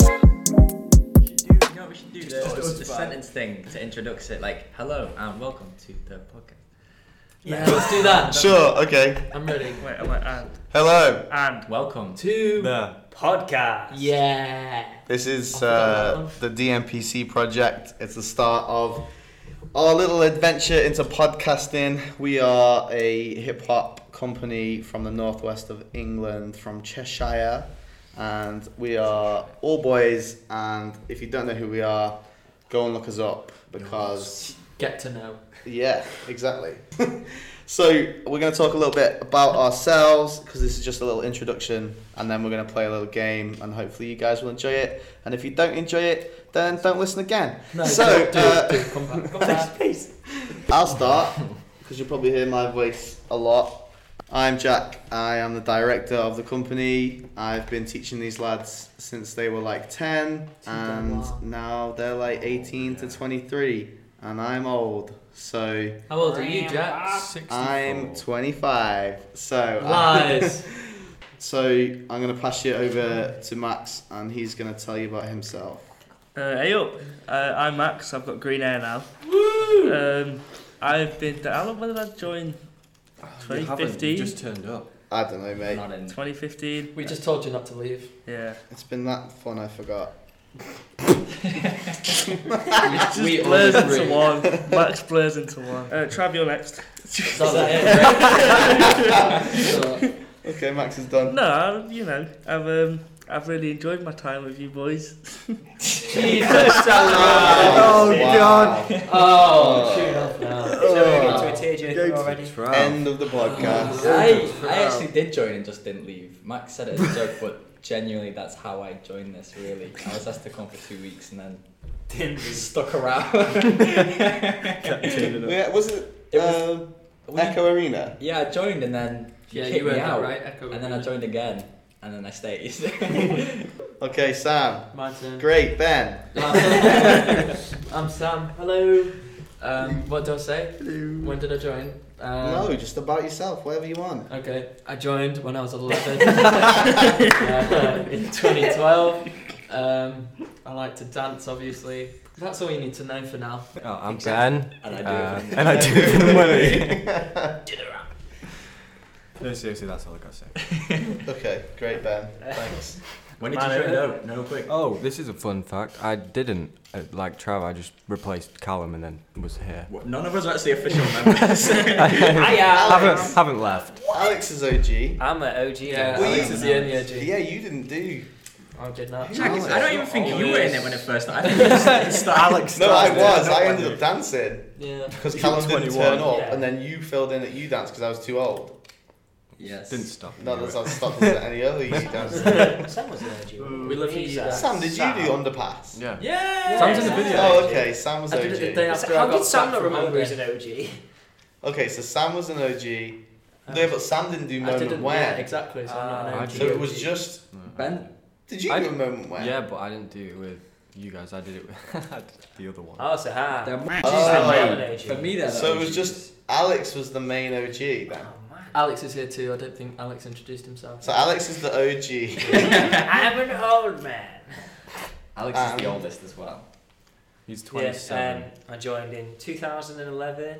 should do, you know what we should do? The, Oh, it the was fun. sentence thing to introduce it, like, hello and welcome to the podcast. Yeah. Let's do that. Sure, okay. I'm ready. Wait, I'm like, and Hello. and Welcome to Two. No. podcast. Yeah. This is forgot uh, the DMPC project. It's the start of our little adventure into podcasting. We are a hip hop company from the northwest of England, from Cheshire, and we are all boys. And if you don't know who we are, go and look us up because Get to know. yeah, exactly. so we're going to talk a little bit about ourselves because this is just a little introduction, and then we're going to play a little game, and hopefully you guys will enjoy it. And if you don't enjoy it, then don't listen again. No, so do, do, uh, do. come back. Come back. I'll start because you'll probably hear my voice a lot. I'm Jack. I am the director of the company. I've been teaching these lads since they were like 10, and Wow. now they're like 18 to 23, and I'm old. So. How old are you, Jack? I'm 25. So Lies. so I'm gonna pass you over to Max, and he's gonna tell you about himself. Uh, hey up, uh, I'm Max. I've got green hair now. Woo! Um, I've been. How long when did I join? 2015. just turned up. I don't know, mate. Not in. 2015. we just told you not to leave. Yeah. It's been that fun. I forgot. Just we blurs always into agree. one. Max blurs into one. Uh, Trav, you're next. Is that it? So, Okay, Max is done. No, I, you know, I've um, I've really enjoyed my time with you boys. Jesus, Oh, Alan. God! Oh, tune off now. Oh. Trav. End of the podcast. I, I actually did join and just didn't leave. Max said it as a joke, but genuinely, that's how I joined this, really. I was asked to come for two weeks and then stuck around. Yeah, was it, It was- um, We- Echo Arena? yeah, I joined and then you Yeah, kicked you were me that out. right. Echo. And then I joined again and then I stayed. Okay, Sam. My turn. Great, Ben. I'm Sam. Hello. Um, what do I say? When did I join? Um, no, just about yourself, whatever you want. Okay, I joined when I was 11 uh, in 2012. Um, I like to dance, obviously. That's all you need to know for now. Oh, I'm Ben, and I do. uh, and I do it for the money. it. No, seriously, that's all I gotta say. Okay, great, Ben. Thanks. When did you Man, join? it- No, no, quick. Oh, this is a fun fact. I didn't uh, like Trav. I just replaced Callum and then was here. What, None of us are actually official members. haven't, haven't left. Alex is OG. I'm an OG. Yeah, Well, Alex you- is the only OG. Yeah, you didn't do I'm good now. Jack is- I don't even think you were in it when it first started. I think Alex. No, I started. was. I ended up dancing Yeah. because You Callum were didn't turn 21. up, Yeah. and then you filled in that you danced because I was too old. Yes. Didn't stop. No, you that's know not stopped at any other you danced. Sam was an OG. We love you, Jack. Sam, did you do underpass? it. Yeah. Yeah! Sam's in the video. Oh, okay. Sam was I did it the OG. day after How I got did Sam back not from remember holiday. he's an OG? Okay, so Sam was an OG. No, but Sam didn't do I moment didn't, yeah, when. exactly, so I'm not Ah, an I OG. So it was just. Ben, Did you I do a did- moment when? Yeah, but I didn't do it with you guys. I did it with I did the other one. Oh, so ha. Uh, they're matches. Oh. For me, they're So the it was OGs. just- Alex was the main OG then. Alex is here too. I don't think Alex introduced himself. So Alex is the OG. I'm an old man. Alex is the Um, oldest as well. He's Yes, 27. um, I joined in 2011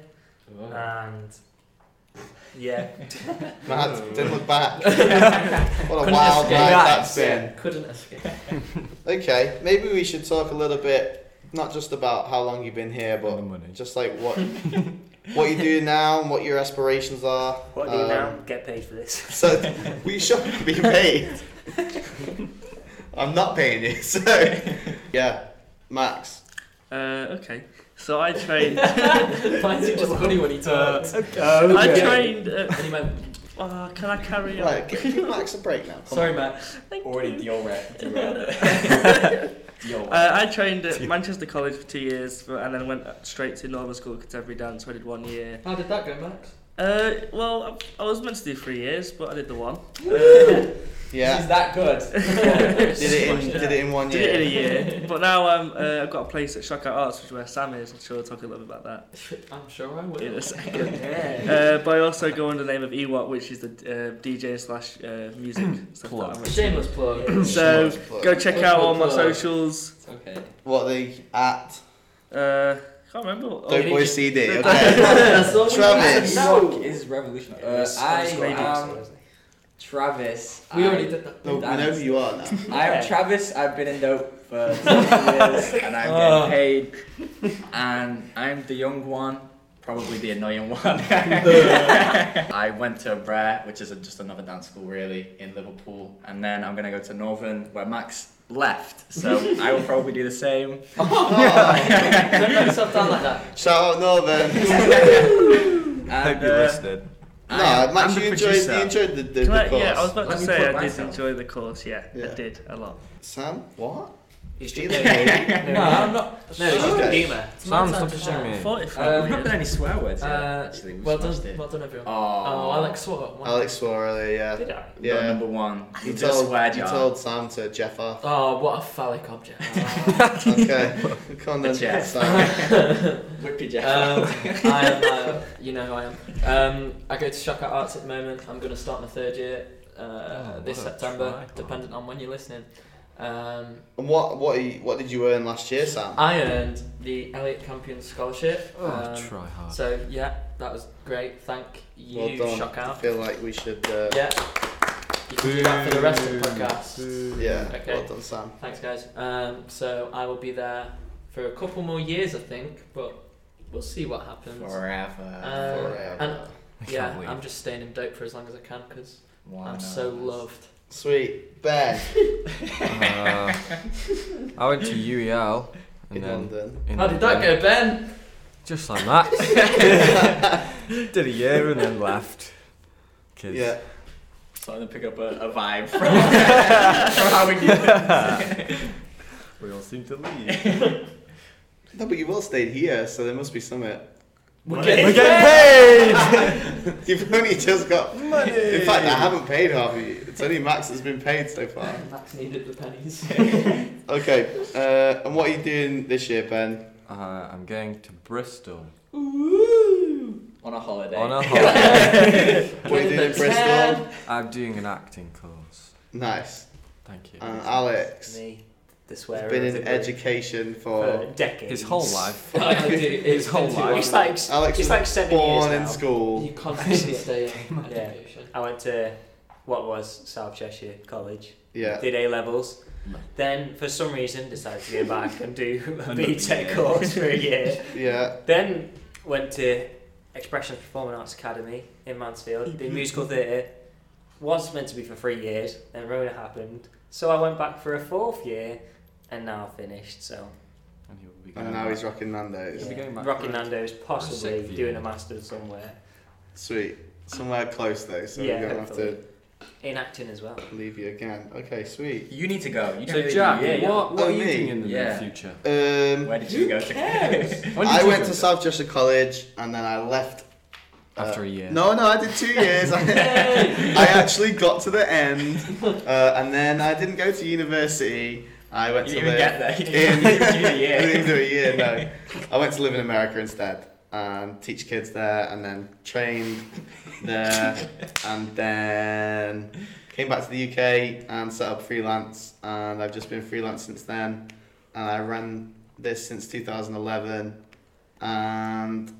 Oh. Uh, and yeah, Matt, didn't look back. what a Couldn't wild escape night that. that's been. Couldn't escape. Okay, maybe we should talk a little bit, not just about how long you've been here, the but money. just like what what you do now and what your aspirations are. what do you Um, now? Get paid for this. So we should be paid. I'm not paying you, so yeah, Max. Uh, okay. So I trained. Finds it just funny when he talks. Uh, I Okay. trained. Uh, And he went, oh, can I carry on? Right, give, give Max a break now. Come sorry, Matt. Already derailed derailed it. Derailed. Uh, I trained at Manchester College for two years, but, and then went straight to Normal School of Contemporary Dance. where I did one year. How did that go, Max? Uh, well, I I was meant to do three years, but I did the one. Yeah. She's that good. Did it in did it in one Did it in year. a year, but now um, uh, I've got a place at Shockout Arts, which is where Sam is. I'm sure we'll talk a little bit about that I'm sure I will. in a second. Yeah. Uh, but I also go under the name of Ewok, which is the uh, DJ slash uh, music stuff. that Plug. I'm into. Shameless plug. uh, So go check out all my Plug. socials. It's okay. What they at Uh, can't remember. What, Dope oh, Boy CD. Dope Okay. That's all we Travis. need. Um, Ewok is revolutionary. Uh, I am isn't it? Travis. We I- already did that. No, we know who you are now. I'm Travis. I've been in dope for 20 years, and I'm getting Oh. paid. And I'm the young one, probably the annoying one. I went to Brer, which is a, just another dance school, really, in Liverpool, and then I'm gonna go to Northern, where Max left. So I will probably do the same. Don't let yourself down like that. Shout out Northern. Hope And, you uh, listed. I No, am- Max, I'm the you enjoyed, you producer. enjoyed the, the, Can the I, course. yeah, I was about Let to me say plug I did myself. enjoy the course. Yeah, I Yeah. did a lot. Sam, what? He's Either just- way. No, I'm not. No, it's Oh, okay. humour. It's my Sam, time stop to pushing shine. me. Forty-five. Um, We've not done any swear words yet, Uh, actually. We've well smashed done, it. well done, everyone. Oh, Oh, Alex, what? what- Alex swore earlier, yeah. Did I? you're Yeah. number one. He You just told, swear he jar. told Sam to Jeff off. Oh, what a phallic object. Okay. Come on then, Jeff. Sam. Whip your um, jacket. I am, uh, you know who I am. Um, I go to Shock at Arts at the moment. I'm going to start my third year uh, Oh, this what a September, tripod. dependent on when you're listening. Um, And what, what, are you, what did you earn last year, Sam? I earned the Elliot Campion Scholarship. Oh, um, try hard. so, yeah, that was great. Thank you, Well done. Shock I Out. feel like we should. Uh, Yeah. You can do that for the rest of the podcast. yeah. Okay. Well done, Sam. Thanks, guys. Um, so I will be there for a couple more years, I think, but we'll see what happens. Forever. Uh, Forever. and- I can't Yeah, believe. I'm just staying in dope for as long as I can because Why I'm not? so loved. Sweet. Ben Uh, I went to UEL in and then London. in How did that London. go, Ben? Just like that. Did a year and then left. 'Cause- Yeah. Starting to pick up a, a vibe from, from how we do things. We all seem to leave. No, but you've all stayed here, so there must be something. We're We're getting getting paid. You've only just got. Money. In fact, I haven't paid half of you. It's only Max that's been paid so far. Max needed the pennies. Okay, uh, and what are you doing this year, Ben? Uh, I'm going to Bristol on a holiday. on a holiday. What are you doing in Bristol? I'm doing an acting course. Nice. Thank you. And Alex has Me, the swearer. been of the in group education for for. decades. His whole life. I do. It's whole been too life. It's long. like Alex it's was like seven years born now. in school. You constantly stay in Yeah. education. I went to what was South Cheshire College. Yeah. Did A levels. Then, for some reason, decided to go back and do a Another BTEC year. course for a year. Yeah. Then went to Expression Performing Arts Academy in Mansfield. Did musical theatre. Was meant to be for three years. Then Rona happened, so I went back for a fourth year, and now finished. So And he will be going And now back. he's rocking Nando's. Is he yeah. going back Rocky for it? Nando's possibly Sick doing view. a master's somewhere Sweet. Somewhere close though, so Yeah, we don't have to in acting as well. leave you again. Okay, sweet. You need to go. You don't So really Jack, do- yeah, yeah. what, what Oh, are you me? doing in the near Yeah. future? Um, Where did you go to? When did I you went go to South Cheshire College and then I left. uh, after a year. No, no, I did two years. I actually got to the end, uh, and then I didn't go to university. I you went didn't to even live get there. You in. didn't even do the I didn't even year. do a year. No, I went to live in America instead and teach kids there, and then trained there, and then came back to the UK and set up freelance, and I've just been freelance since then, and I ran this since 2011, and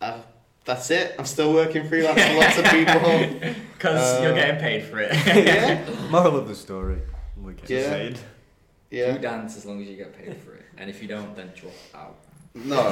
i that's it. I'm still working freelance for lots of people. Because Uh, you're getting paid for it. yeah, Moral of the story. We get Yeah. paid. You yeah. dance as long as you get paid for it. And if you don't, then drop out. No,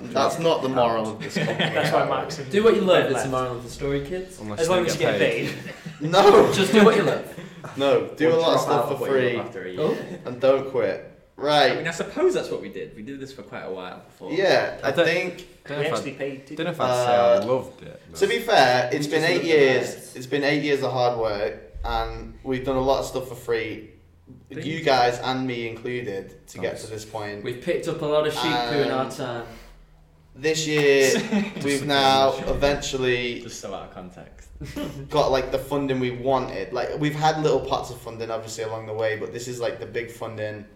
that's not the moral of this. company. That's why Max. and Do what you love. Ben It's left. the moral of the story, kids. Unless As they long as you get paid. No, Just do what you love. no. Do a Or lot of drop out stuff for what you love free. After a year. Oh, and don't quit. I mean, Right. I suppose that's what we did. We did this for quite a while before. Yeah, I I don't- think. Don't We know if actually I- paid. didn't don't know if I'd say I loved it. but- To be fair, it's Just been look eight at years. that. It's been eight years of hard work, and we've done a lot of stuff for free, Thank you guys and me included, to get Nice. to this point. we've picked up a lot of sheep poo in our Um, time. this year we've a now bullshit. eventually Just so out of context. got like the funding we wanted. Like we've had little pots of funding obviously along the way, but this is like the big funding,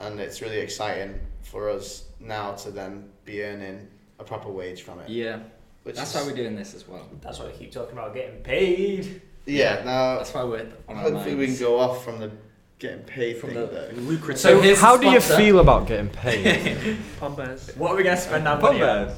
and it's really exciting for us now to then be earning a proper wage from it. Yeah, which that's is- why we're doing this as well. That's why we keep talking about getting paid. Yeah, now That's why we're on our Oh, hopefully we can minds. go off from the getting paid From thing the though. lucrative. So here's the How do you sponsor. feel about getting paid? Pompers. what are we gonna spend our Pub money on? bears.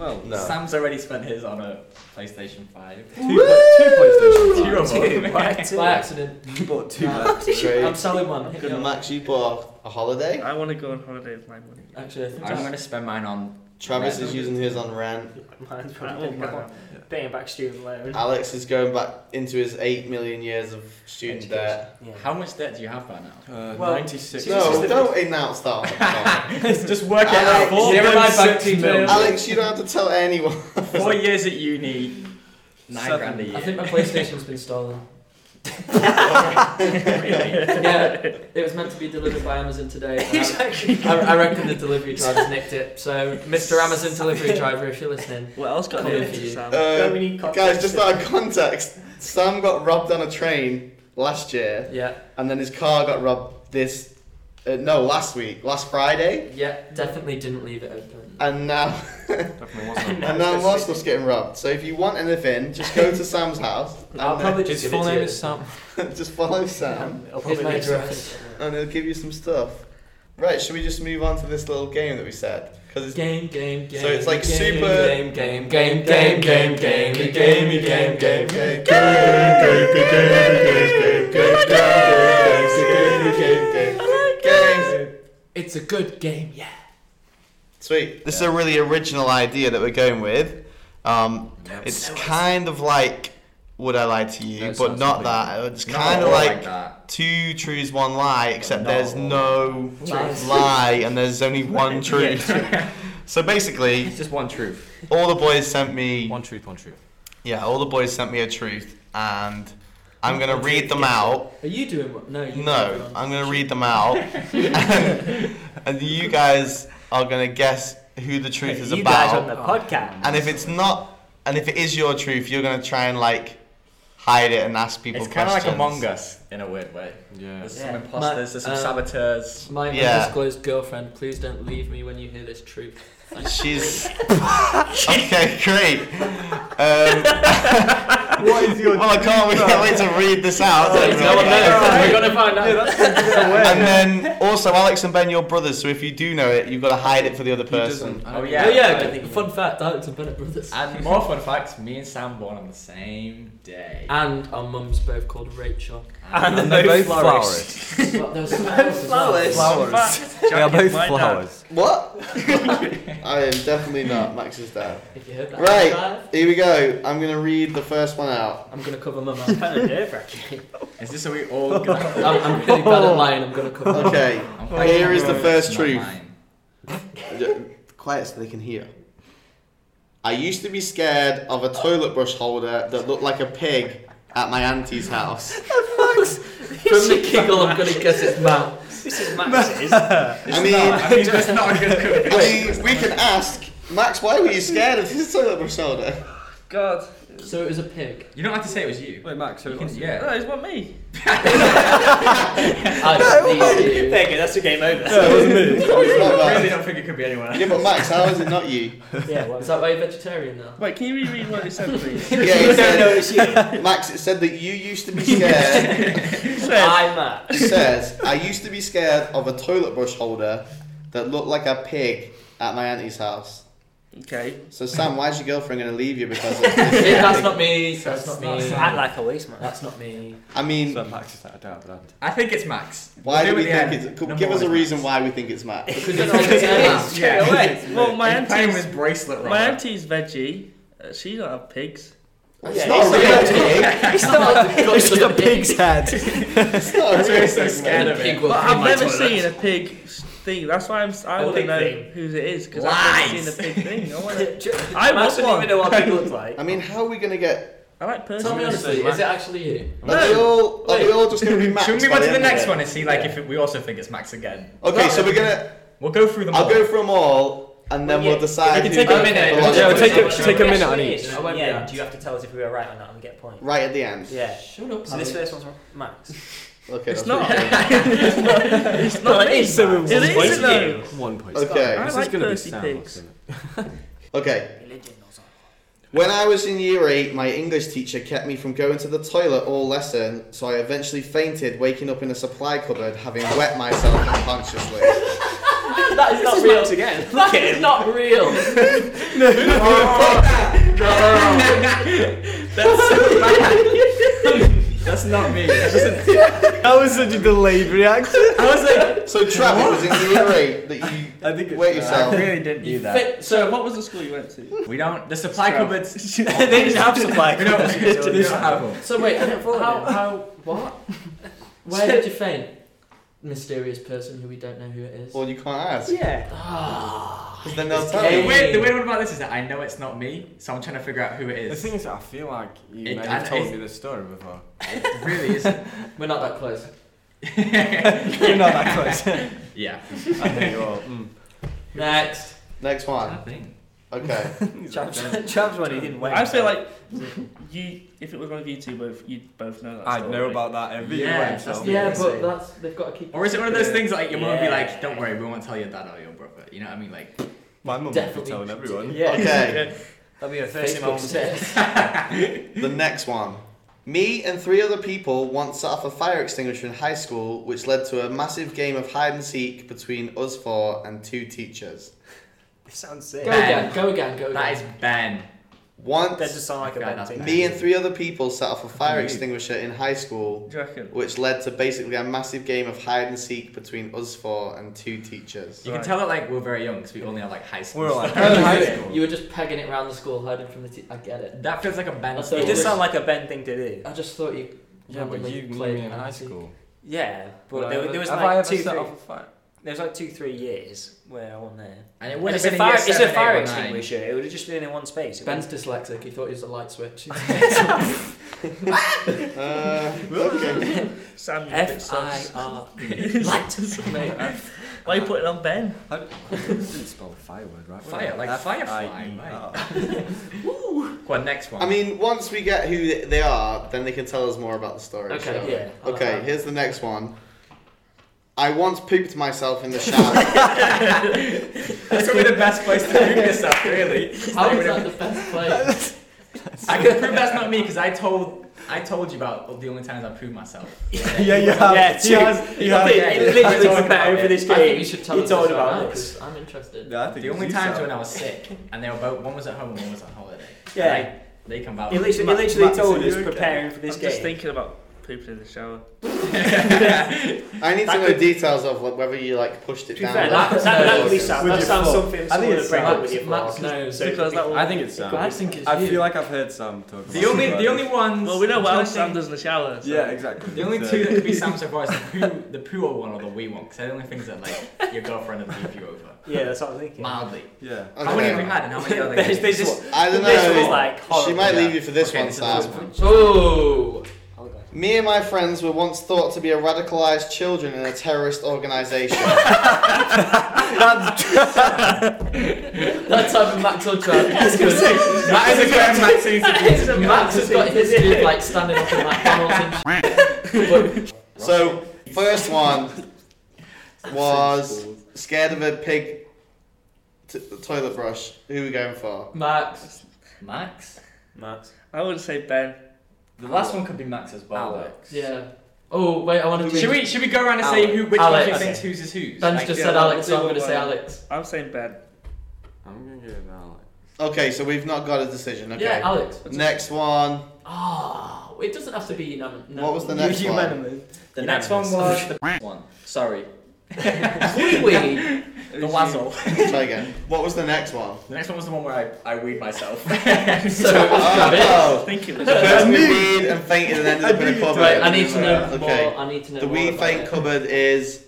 Well, No. Sam's already spent his on a PlayStation Five. Two, two Two PlayStation of them. By accident. You bought two. Max, I'm great. selling one. Hit me Good up. Max, you bought a holiday. I want to go on holiday with my money. Actually, I think I'm that's- gonna spend mine on. Travis Rent. is using his on rent. Mine's I probably won't been mind. gone. paying back student loan. Alex is going back into his eight million years of student debt. Yeah. How much debt do you have by now? Uh, Well, 96. This is No, the- don't announce that. on the phone. Just work it out. Four Zero my bank details. Alex, you don't have to tell anyone. Four years at uni, nine Seven. grand a year. I think my PlayStation's been stolen. really. yeah, it was meant to be delivered by Amazon today. and I- I, I reckon the delivery driver's nicked it. So, Mr. Amazon delivery driver, if you're listening, What else got Come here with you. Sam? Uh, we need guys, context. just out of context, Sam got robbed on a train last year, yeah, and then his car got robbed this. Uh, no, last week, last Friday, yeah, definitely didn't leave it open. and now Definitely wasn't. and now more stuff's getting robbed. So if you want anything, just go to Sam's house and I'll probably just His give full it to name you. Um, is Sam. just follow Sam, I'll Here's probably my make something. address. and he'll give you some stuff. Right, should we just move on to this little game that we said? Because it's Game, game, game. So it's like game, super- Game, game, game, game, game, game, game, game, game, game, game. It's a good game, yeah. Sweet. This is a really original idea that we're going with. Um, it's kind of like Would I Lie to You, That but sounds not complete. that. It's Not kind all of like that. two truths, one lie, except No. there's no Lies. lie and there's only one truth. So basically, It's just one truth. all the boys sent me One truth, one truth. Yeah, all the boys sent me a truth, and I'm gonna read them out. Are you doing what? No, you No, I'm gonna read them out, and, and you guys are gonna guess who the truth is you guys on about. the podcast. And if it's not, and if it is your truth, you're gonna try and like hide it and ask people It's kind of questions. like Among Us in a weird way. Yeah. There's Yeah. some imposters, there's some Um, saboteurs. My Yeah. undisclosed girlfriend, please don't leave me when you hear this truth. She's okay, great. Um, What is well, I can't wait, can't wait to read this out. so everyone knows. We're gonna find out. And then also, Alex and Ben, you're brothers, so if you do know it, you've got to hide it for the other person. Oh Oh yeah. yeah, I good- think- fun fact, Alex and Bennett brothers. And more fun facts: me and Sam born on the same day. And our mums both called Rachel. And And they're they're both both flowers. flowers. But there's flowers. as well. Flowers. Flowers. They are both flowers. What? I am definitely not Max's dad. If you heard that. Right, here we go. I'm gonna read the first one out. I'm gonna cover my mouth. kind of nerve wracking. Is this are we all? Gonna... I'm, I'm really bad at lying. I'm gonna cover. my Okay, I'm here is the thinking first it's not truth. mine. Quiet so they can hear. I used to be scared of a toilet brush holder that looked like a pig at my auntie's house. From the giggle, I'm gonna guess it's Matt. This is Max's. I mean, I mean, that's not a good I cook. mean, we can ask Max, why were you scared of his toilet brush holder? God. So it was a pig. You don't have to say it was you. Wait, Max. You can, No, yeah. it's not me. I just there you need you. go, that's the game over. I really yeah, don't think it could be anyone. else. but Max, how is it not you? yeah, well, Is that why you're vegetarian now? Wait, can you reread what it said, please? Yeah, it don't know said, it's you. Max, it said that you used to be scared. I'm Matt. It says, I used to be scared of a toilet brush holder that looked like a pig at my auntie's house. okay. So Sam, why is your girlfriend going to leave you because of this? Yeah, that's not me. That's not me. Act like a waste man. That's not me. I mean, So Max is at a doubt, but I think it's Max. why We'll do we it at think the it's... end. could- Number give us one a is reason why we think it's Matt. Because it's like Max. it's Yeah. Straight away. Well, my And playing auntie's, with bracelet my right? auntie's veggie. Uh, she don't have pigs. It's Yeah, not a it's real pig. It's not like the It's just a pig's head. It's not a That's why real he's so pig, scared mate. of Pig it. will But pee I've my never toilet. seen a pig s- thing. That's why I'm. s- I A want to pig know thing. whose it is because I've never Lies. seen a pig thing. I, wanna, I I want Max wouldn't one. even know what people look like. I mean, how are we going to get... I like Tell me personal. honestly, is it actually you? Are we all, are we all just going to be Max? Should we move by on to the end of next it? one and see like if it, we also think it's Max again? Okay, so we're going to... We'll go through them I'll all. go through them all, and Well, then yeah, we'll decide. can who take a the- minute. the Yeah, logical take a- solution take a is. minute on Question is, each. I won't be Yeah, out. do you have to tell us if we were right or not and get a point? Right at the end. Yeah. Shut up. So this first one's Max. Okay. It's that's not. okay. it's not. It's not. me. So It is, point though. you. One point. Okay. I This like is gonna be thirsty sound, pigs. isn't it? Okay. When I was in year eight, my English teacher kept me from going to the toilet all lesson, so I eventually fainted, waking up in a supply cupboard, having wet myself unconsciously. That is not real. Again. That is not real. That's not me. That's just an- That was such a delayed reaction. So Trav, it was in year eight that you I think it's- wet I yourself. really didn't do that. Fit- So, So what was the school you went to? We don't. The supply Strap. cupboards. they didn't have supply. we don't, we don't have them. so wait. Forward, How yeah. how what? Where did you faint? Mysterious person who we don't know who it is. Well, you can't ask. Yeah. Ah. 'cause Then they'll It's tell The Hey. you. weird, the weird one about this is that I know it's not me, so I'm trying to figure out who it The is. thing is, I feel like you It- may I- have told it- me this story before. It really isn't. We're not that close. You're not that close. yeah. I know you are. Mm. Next. Next one. I think. Okay. Trav's Trav's one, he didn't win. I feel like you, if it was one of you two, both you'd both know that. I'd story. know about that every Yeah, year. that's so- the- Yeah, Amazing. but that's they've got to keep. Or is it one of those things that, like your mum would be Yeah. like, "Don't worry, we won't tell your dad or your brother." You know what I mean? Like, My mum would be Definitely. telling everyone. Yeah. Okay. That'll be the first Facebook says. The next one. Me and three other people once set off a fire extinguisher in high school, which led to a massive game of hide and seek between us four and two teachers. sounds Go sick. Ben. again. Go again. Go again. that is Ben. Once, That just sound like a Yeah, bad that's thing. bad. me and three other people set off a fire Indeed. extinguisher in high school, Do you reckon? which led to basically a massive game of hide and seek between us four and two teachers. You Right. can tell that like we're very young because we only have like high school. We're all like, Oh, high you- school. You were just pegging it around the school, hiding from the. T- I get it. that feels like a Ben. That's thing. It does Yeah. sound like a Ben thing to do. I just thought you. Yeah, but randomly you knew played me in hide high and seek. school. Yeah, but Have I there, ever- there was have like I ever two, set three, off a fire? there was like two, three years where I wasn't there. And it would have It's been a fire, year it's a seven, fire eight, or nine. extinguisher. It would have just been in one space. It Ben's dyslexic. He thought he was a light switch. Uh, okay. Sam, you're a F bit I sus. R E. Light. Mate, Why are you putting on Ben? I didn't spell fire word, right? Fire, like firefly, F-I-E-R. Go on, next one. I mean, once we get who th- they are, then they can tell us more about the story. Okay. so- Yeah. I like Okay, that. here's the next one. I once pooped myself in the shower. that's probably the best place to prove this up, really. How is that the best play? I can prove that's not me because I told I told you about the only times I proved myself. Yeah, you have. Yeah, he two. has. He It has. did. literally I'm talking doesn't matter about for this I think you game. should tell You us told this about right now, this. 'cause I'm interested. Yeah, I think The it's only you, times Sam. when I was sick and they were both one was at home, one was on holiday. Yeah. Like, they come back. It literally, Matt- it literally Matt, told so us you're okay. preparing for this I'm game. just thinking about pooping in the shower. I need That to know could- details of like, whether you like pushed to it be down. fair, or- that, that, that would be Okay. sad. With That your sounds foot. something I think someone it's would break up Max, with your Max foot. knows. So- Because that I think it's Sam. I think it's I you. feel like I've heard Sam talk. About The only it. the only ones. Well, we know I'm what trying else to Sam think- does in the shower. So. Yeah, exactly. The only two that could be Sam so far is the poo, the poo one or the wee one, because they're the only things that like your girlfriend would leave you over Yeah, that's what I'm thinking. mildly. Yeah. How many have we had and how many are There's- they? there's just- I don't this was, know. like, she horrible. might leave Yeah. you for this Okay, one, this is the Sam. last one. Oh. Oh, God. Me and my friends were once thought to be a radicalized children in a terrorist organization. That type of Max on track. That's good. That is a grand Max Max has got a history of like standing up in McDonald's and shit. so, first one was scared of a pig t- toilet brush. Who are we going for? But Max, Max. Max. I would say Ben. The last one could be Max as well. though. yeah. Oh wait, I want to. Should we should we go around and say Alex. who which Alex. one you think Okay. who's is whose? Ben's Like, just yeah, said we'll Alex, do so I'm one gonna say by one. Alex. I'm saying Ben. I'm gonna give it Alex. Okay, so we've not got a decision. Okay. Yeah, Alex. Next one. Oh, it doesn't have to be unanimous. No. What was the next one? the next one was the one. Sorry, Wee-wee. the Lazzle. Try again. What was the next one? The next one was the one where I I weed myself. So, I Oh, think it was the Ben. person who weed and fainted and ended up in a cupboard. Right, I need to know Okay. more. I need to know The more. wee about faint it. cupboard is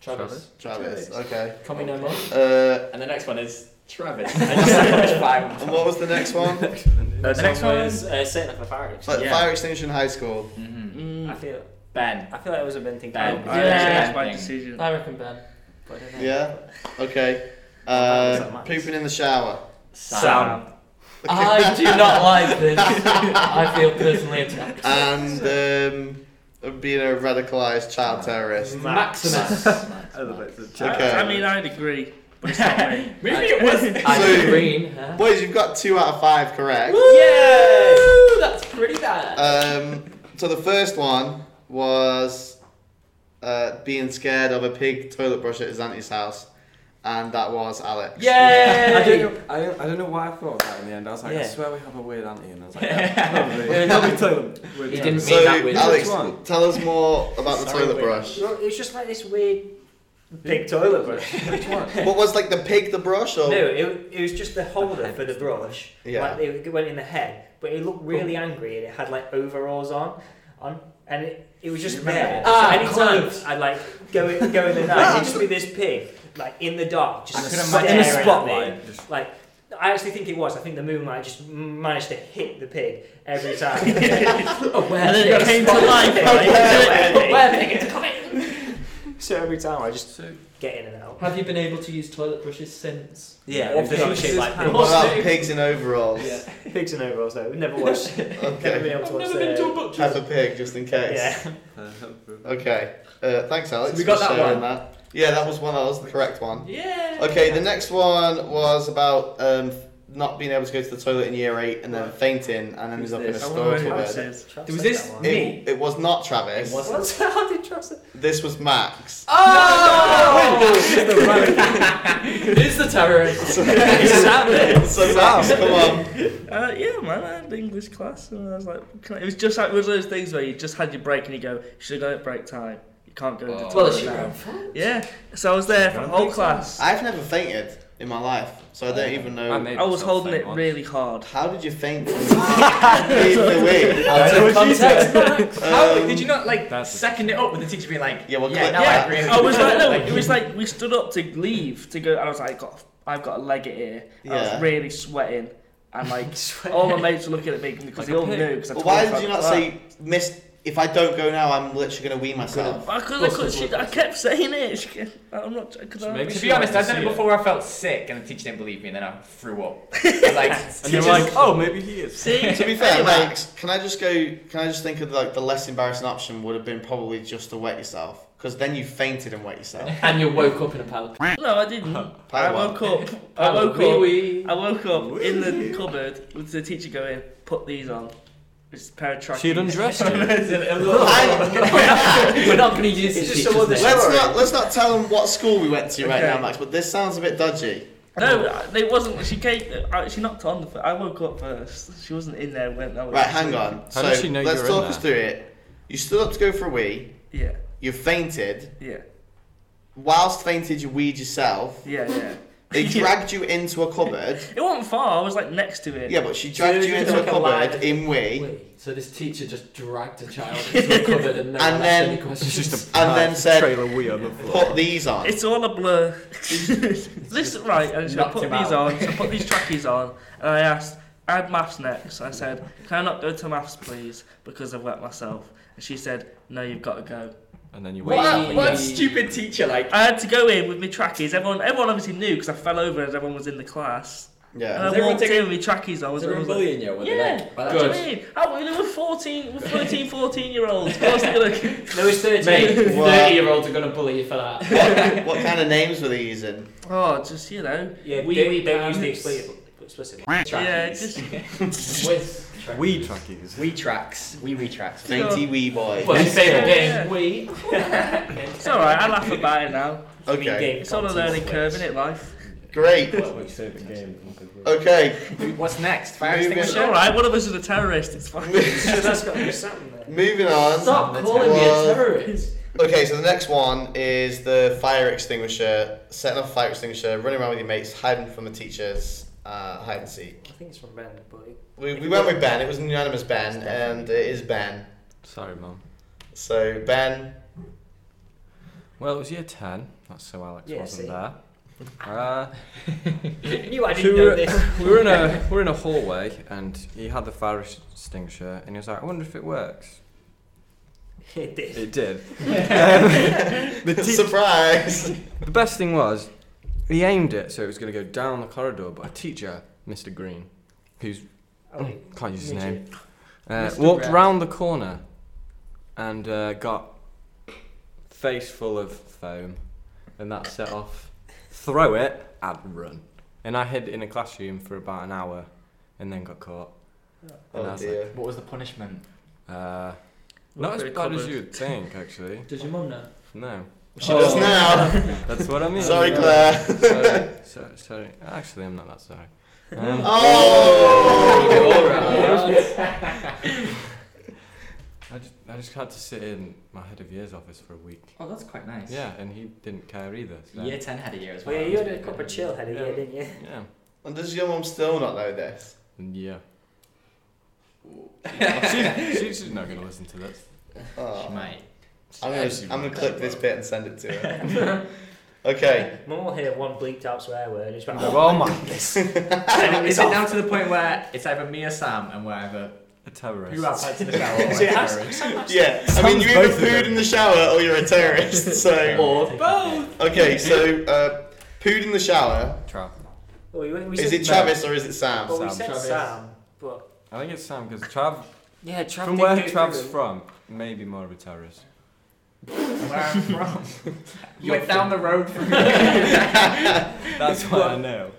Travis. Travis. Okay. Can we know more? Uh, and the next one is Travis. I just said five. and what was the next one? Like, The next next one one was uh, setting up a fire extinguisher. Yeah. Fire extinction high school. Mm-hmm. I Mm, feel, Ben. I feel like it was a Ben thing. Ben. I Yeah. that's my decision. I reckon Ben. But I don't know. Yeah. Okay. Does that Uh, matter? pooping in the shower. Sam. I do not like this. I feel personally attacked. And um, being a radicalized child Mm-hmm. terrorist. Maximus. Other bits of I- Okay. I, mean, I'd agree, but it's not me. Maybe it was. I'm So- green. Huh? Boys, you've got two out of five correct. Woo, That's pretty bad. Um, so the first one was uh, being scared of a pig toilet brush at his auntie's house, and that was Alex. Yay! I don't, know, I, don't, I don't know why I thought that in the end. I was like, I Yeah. swear we have a weird auntie. And I was like, yeah, probably. yeah, probably toilet. weird He toilet. didn't So mean that with Alex, Which one? tell us more about the toilet brush. No, it's just like this weird big toilet brush. Which one? What was like the pig, the brush, No, or it, it was just the holder for the brush. Oh. Yeah. Like it went in the head, but it looked really angry and it had like overalls on, on, and it, it was just there. Ah, so anytime clothes. I'd like go in, go in the night, it'd just be this pig like in the dark, just I could staring imagine a at me. spotlight. Just- Like I actually think it was. I think the moonlight just managed to hit the pig every time. Oh, where And then did it came to spot- life. But where did it get to come in? so every time I just So, get in and out. Have you been able to use toilet brushes since? Yeah, Yeah, if they're not pigs shaped is like hand- pigs. what about pigs in overalls? Yeah. Pigs and overalls though. We've never watched. Never been Okay. able to I've watch never the- been to a butcher's. As a pig, just in case. Yeah. Okay. Uh, thanks, Alex. So we got for that one. sharing That. Yeah, that was one. That was the correct one. Yeah. Okay, the next one was about um, not being able to go to the toilet in year eight and then fainting and ends Who's up in a this? I wonder hospital who this bed. is. Trust Was that this one. me? It, it was not Travis. It was- What? How did trust it? This was Max. Oh! Who's the terrorist? So Max, come on. Uh, yeah, man, I had English class, and I was like, can I? it was just like it was one of those things where you just had your break, and you go, you should go at break time. You can't go to the Oh. Well, toilet. it's your own Yeah, so I was there for I the don't whole think so. class. I've never fainted in my life, so I don't even I know. made I was myself holding faint it once. really hard. How did you faint? Leave the wing. Out of context. How did you not like That's- second it up with the teacher being like, Yeah, yeah, we'll clip now that. I agree. with I was you." like, no, it was like we stood up to leave to go. I was like, got, I've got a leg it here. I Yeah. was really sweating, and like all my mates were looking at me because Like they a all pig. knew. Because I But told why them did you about not that. say, Miss? If I don't go now, I'm literally gonna wee myself. I could, I, could, she, I kept saying it. She, kept- I'm not. Cause I'm, Maybe To she be honest, wanted I've done to it see before I felt sick and the teacher didn't believe me and then I threw up. Like, And you're teachers- like, oh, maybe he is. See, To be fair, Anyway, Max, can I just go? Can I just think of like the less embarrassing option would have been probably just to wet yourself, because then you fainted and wet yourself. And you woke up in a pallet. No, I Uh, didn't. I Power. woke up. I woke Wee up. wee. I woke up in the cupboard with the teacher going, put these on. It's a pair of trackies. She'd undressed you. I- We're not going to use It's this just someone teacher's that- name. let's not let's not tell them what school we went to right Okay. now, Max. But this sounds a bit dodgy. No, I- they wasn't. She came. I, she knocked on the. fir- I woke up first. She wasn't in there. Went. I was Right, hang on. so How does she know let's you're in talk there? us through it. You stood up to go for a wee. Yeah, You fainted. yeah, Whilst fainted, you weed yourself. yeah, yeah. They Yeah. dragged you into a cupboard. It wasn't far. I was like next to it. Yeah, but she dragged Dude, you you into a look alive. cupboard in wee, Wait, So this teacher just dragged a child into a cupboard and no one And asked then- any questions. It's just a And then said- trailer we on the floor. put these on. It's all a blur. Listen, right, and so I Knocked put him out. these on, so I put these trackies on, and I asked, I had maths next. I said, Can I not go to maths, please? Because I've wet myself. And she said, No, you've got to go. And then you wait. What, a, what a Wee. stupid teacher, like. I had to go in with my trackies. Everyone everyone obviously knew because I fell over as everyone was in the class. And Yeah. Was I everyone walked taking- in with my trackies on. I Was was, there I a was like, bully in you? Were they, Yeah. like, by that What time? do you mean? Oh, we were 14, we're 13, 14 year olds. Of course, they're gonna- No, it's thirteen. Mate, What? 30 year olds are going to bully you for that. what, what kind of names were they using? Oh, just, you know. Yeah, Wee don't, wee don't use the pants. explicit. explicit. Yeah, Trackies. just. With. We trackies. Wee tracks. Wee wee tracks. Fainty wee boy. Well, his favourite Yeah. game. We. It's alright, I laugh about it now. I mean, Okay. game It's all a content learning switch. curve, innit, life? Great. Okay. What's next? Fire Moving It's extinguisher? alright, one of us is a terrorist, it's fine. So that's got to be something there. Moving on. Stop That's calling me what- a terrorist. Okay, so the next one is the fire extinguisher. Setting off a fire extinguisher, running around with your mates, hiding from the teachers, uh, hide and seek. I think it's from Ben, but it- We, we went with Ben. It was an unanimous Ben, It's definitely and it is Ben. Sorry, mum. So Ben, Well, it was year 10. That's so Alex Yeah, wasn't see. there. Uh, I knew I So didn't we know were- this. we were in a we were in a hallway, and he had the fire extinguisher, and he was like, "I wonder if it works." It did. It did. Um, the, teach- surprise. the best thing was, He aimed it so it was going to go down the corridor, but a teacher, Mr. Green, who's can't use his name, uh, Mr. walked Red. round the corner and uh, got face full of foam, and that set off. Throw it, I'd run, and I hid in a classroom for about an hour, and then got caught. And I Oh was like, dear. What was the punishment? Uh, not as bad as you'd think, actually. Does your mum know? No, She does Oh. now. that's what I mean. Sorry, Claire. sorry, sorry, sorry. Actually, I'm not that sorry. Um, Oh. I just, I just had to sit in my head of years office for a week. Oh, that's quite nice. Yeah, and he didn't care either. So. Year 10 had a year as well. Well, yeah, you had a proper Yeah. chill head of year, Yeah. didn't you? Yeah. And does your mum still not know this? And yeah. She's- she's, she's not going to listen to this. Oh. Oh, She might. I'm gonna, She I'm gonna might. clip this bit and send it to her. okay. Mum will hear one bleeped out swear word. It's like, Oh my. And is it now to the point where it's either me or Sam and we're either A terrorist. who outside to the shower or So it we're has- terrorists? Yeah. I mean, you both either of them. pooed in the shower or you're a terrorist. So. Or Okay. So, uh, pooed in the shower. Trav. well, we, we Is said, it Travis or is it Sam? Well, we Sam. said Travis. Sam, but I think it's Sam because Trav, yeah, Travis. from where Trav's from, maybe more of a terrorist. where I'm from. you went down the road from That's what I know.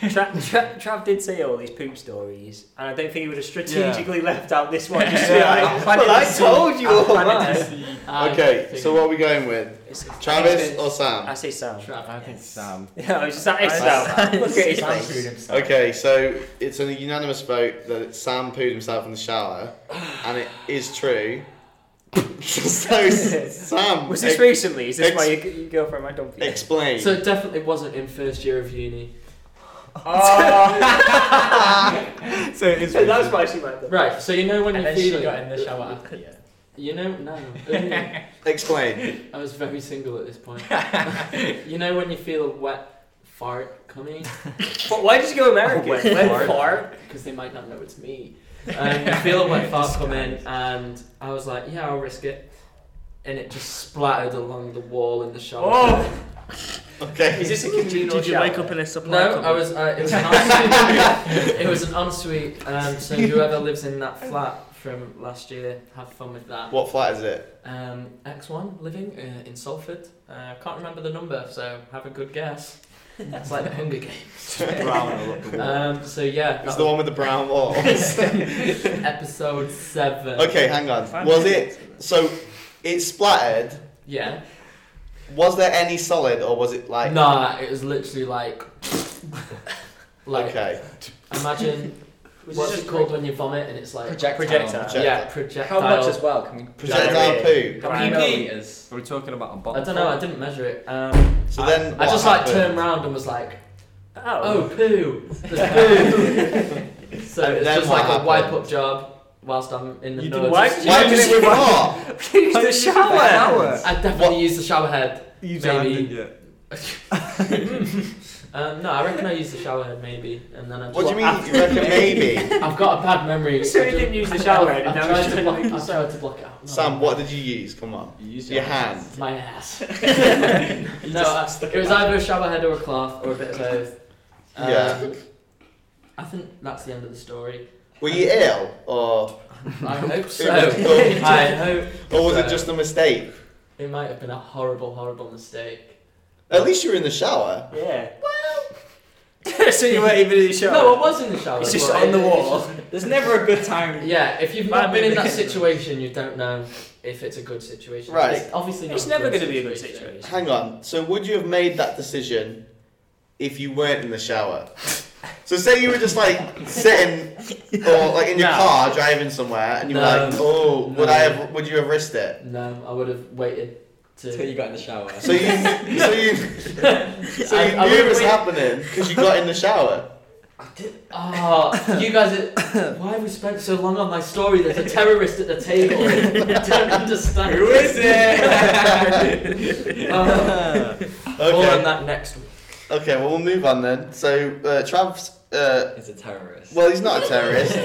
Tra- Tra- Trav did say all these poop stories, and I don't think he would have strategically left out this one. Just to be Yeah. like, Well, "Well, I told you all Okay. So what are we going with? Travis or I Sam? say Sam. I think Sam. Yeah, I was just like, I- Sam. Look at his Sam screwed face. himself. Okay. So it's a unanimous vote that it's Sam pooed himself in the shower, and it is true. so Sam. Was this ex- recently? Is this ex- why your, your girlfriend went donkey? Explain. So it definitely wasn't in first year of uni. So it is. That's why she went there. Right, so you know when And you're then she feeling. got in the shower after you. You know, no. earlier. Explain. I was very single at this point. you know when you feel a wet fart coming? But why did you go American? Wet Went fart. far. Because they might not know it's me. Um, you feel a wet fart come in, and I was like, yeah, I'll risk it. And it just splattered along the wall in the shower. Oh! Okay. Is this a Did, communal did you shower? wake up in a supply No, cupboard? I was. Uh, it was an ensuite. it was an ensuite. Um, so whoever lives in that flat from last year, have fun with that. What flat is it? Um, X1 living uh, in Salford. Uh, can't remember the number, so have a good guess. It's like the Hunger Games. um, so yeah, that It's the was one with the brown walls. episode seven. okay, hang on. Was it so? It splattered. Yeah. Was there any solid, or was it like? nah, it was literally like, like Okay. imagine Was what's it it just called when you vomit and it's like Projectile. Projectile. yeah projectile. How much as well? Can we Projectile poo. How Right. many millimeters? We're talking about a I bottle. don't know. I didn't measure it. Um, So I- then. I what just like happened? turned round and was like, Oh. oh poo, there's poo. so And it's then just what like a happened? wipe up job whilst I'm in the You middle did of what? just- Why did it not? Use the shower. I definitely used the shower head. You Maybe. didn't you? Um, no, I reckon I used the shower head maybe, and then I just. What do you mean? You reckon maybe? I've got a bad memory. So I you just- didn't use the shower head, I and now tried it's to just block. like- I tried to block it out. No, Sam, what did you use? Come on. You used Your hand. My ass. no, just I- stuck it it was back. either a shower head or a cloth or a bit of both. Um, Yeah. I think that's the end of the story. Were you ill, or I hope so. It was- I hope. or was it so. just a mistake? It might have been a horrible, horrible mistake. At least you were in the shower. Yeah. Well. so you weren't even in the shower. No, I was in the shower. It's just but on the it- it's wall. just- There's never a good time. Yeah, if you've not Might been be in that because of- situation, you don't know if it's a good situation. Right. It's obviously, not It's a never good going to be a good situation. situation. Hang on. So would you have made that decision if you weren't in the shower? So say you were just like sitting or like in your No. car driving somewhere and you were No. like, oh, would I No. have? Would you have risked it? No, I would have waited to. Until you got in the shower. So you, so you, so I- you I knew it would've was waited- happening because you got in the shower. Oh, you guys! Are, why have we spent so long on my story? There's a terrorist at the table. I don't understand. Who is it? More on Okay. that next week. Okay. Well, we'll move on then. So uh, Trav's. Uh, It's a terrorist. well, he's not a terrorist.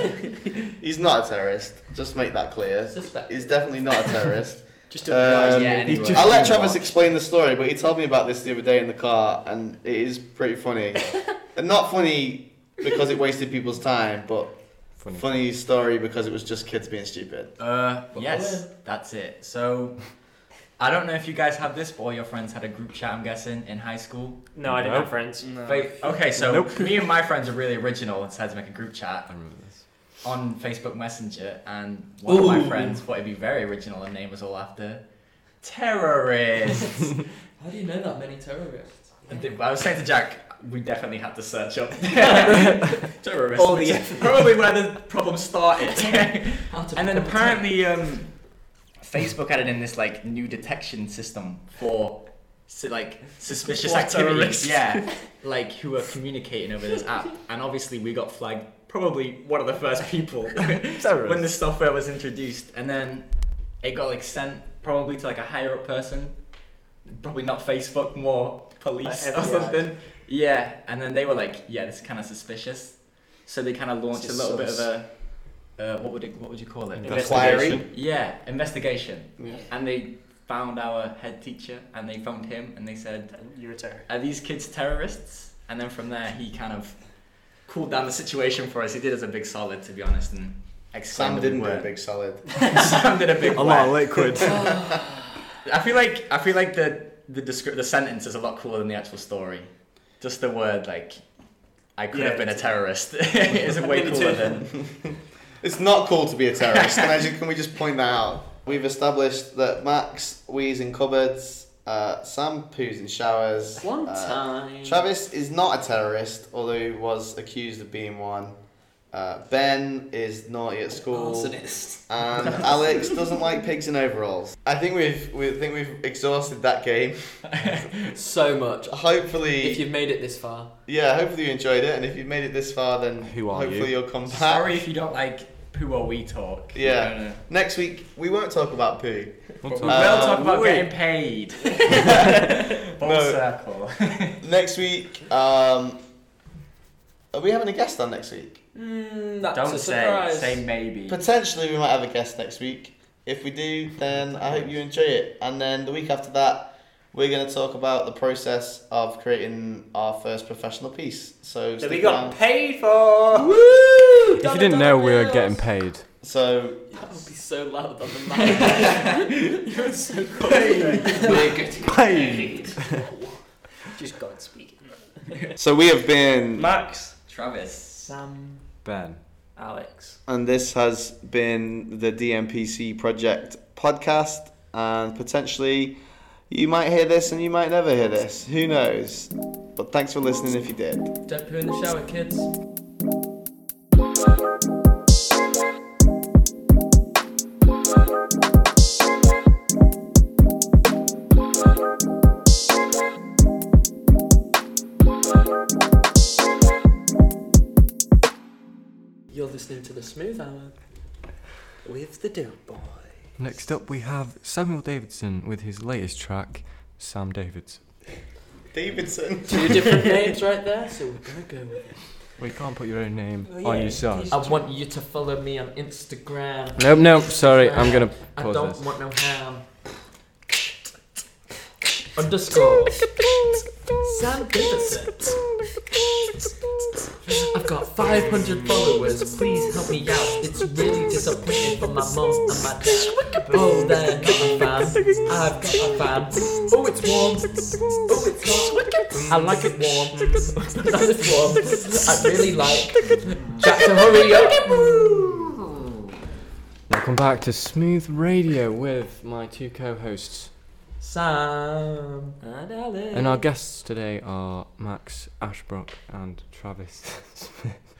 he's not a terrorist. Just make that clear. Suspect. He's definitely not a terrorist. Just Um, don't realise yet he anyway. I'll let Travis explain the story, but he told me about this the other day in the car, and it is pretty funny. and not funny because it wasted people's time, but Funny. funny story because it was just kids being stupid. Uh, But yes, that's it. So, I don't know if you guys have this, but all your friends had a group chat. I'm guessing in high school. No, I didn't No. have friends. Fa- okay, so Nope. me and my friends are really original and decided to make a group I chat remember this. on Facebook Messenger, and one of Ooh. my friends thought it'd be very original and name us all after terrorists. How do you know that many terrorists? And th- I was saying to Jack, we definitely had to search up terrorists. All the- which is probably where the problem started. How to And then become a apparently, um, Facebook added in this like new detection system for su- like suspicious For activities. terrorists. Yeah, like who are communicating over this app. And obviously, we got flagged. Probably one of the first people when the software was introduced. And then it got like sent probably to like a higher up person. Probably not Facebook, more police Like or FBI. something. Yeah, and then they were like, "Yeah, this is kind of suspicious." So they kind of launched a This is little bit of sus. a uh, what would it, what would you call it? Inquiry. Yeah, investigation. Yeah. And they found our head teacher and they phoned him and they said, You're a terrorist. Are these kids terrorists? And then from there, he kind of cooled down the situation for us. He did us a big solid, to be honest, and explained Sam that didn't we do a were. big solid. Sam did a big A lot of whack. liquid. I feel like I feel like the the, descri- the sentence is a lot cooler than the actual story. Just the word like, I could Yeah, have been a it's- terrorist, is way Me cooler too. than It's not cool to be a terrorist. can, I ju- can we just point that out? We've established that Max wees in cupboards, uh, Sam poos in showers. One uh, time. Travis is not a terrorist, although he was accused of being one. Uh, ben is naughty Oh, at school. Arsonist. and Alex doesn't like pigs in overalls. I think we've we think we've exhausted that game. So much. If Hopefully, you've made it this far, yeah. Hopefully you enjoyed it, and if you've made it this far, then Who are hopefully you? will come back. Sorry if you don't like who are we talk. Yeah. No, no, no. Next week we won't talk about poo. But we Uh, will talk about wait. getting paid. Full No. circle. Next week, um, are we having a guest on next week? mm, that's Don't a say. surprise. Say maybe. Potentially, we might have a guest next week. If we do, then I hope you enjoy it. And then the week after that, we're going to talk about the process of creating our first professional piece. So That we stick got around. paid for. If you didn't know we were getting paid, So That would be so loud on the mic. You're so cool. We're getting paid. Just God speaking. So we have been, Max. Travis. Sam. Ben. Alex. and this has been the DMPC Project podcast, and potentially you might hear this and you might never hear this. Who knows? But thanks for listening if you did. Don't poo in the shower, kids. You're listening to the Smooth Hour with the Dope Boy. Next up, we have Samuel Davidson with his latest track, Sam Davidson. Davidson. Two different names right there, so we're gonna go with it. We can't put your own name Oh, on yeah. your sauce. I want you to follow me on Instagram. Nope, nope, sorry, I'm gonna I pause don't this. want no ham. Underscore. Sam Davidson. I've got 500 followers. Please help me out. It's really disappointing for my mum and my dad. Oh, they're not a fan. I've got a fan. Oh, it's warm. Oh, it's hot. I like it warm. That is warm. I really like. Jack, to hurry up. Welcome back to Smooth Radio with my two co hosts. Sam. And Alex. And our guests today are Max Ashbrook and Travis Smith.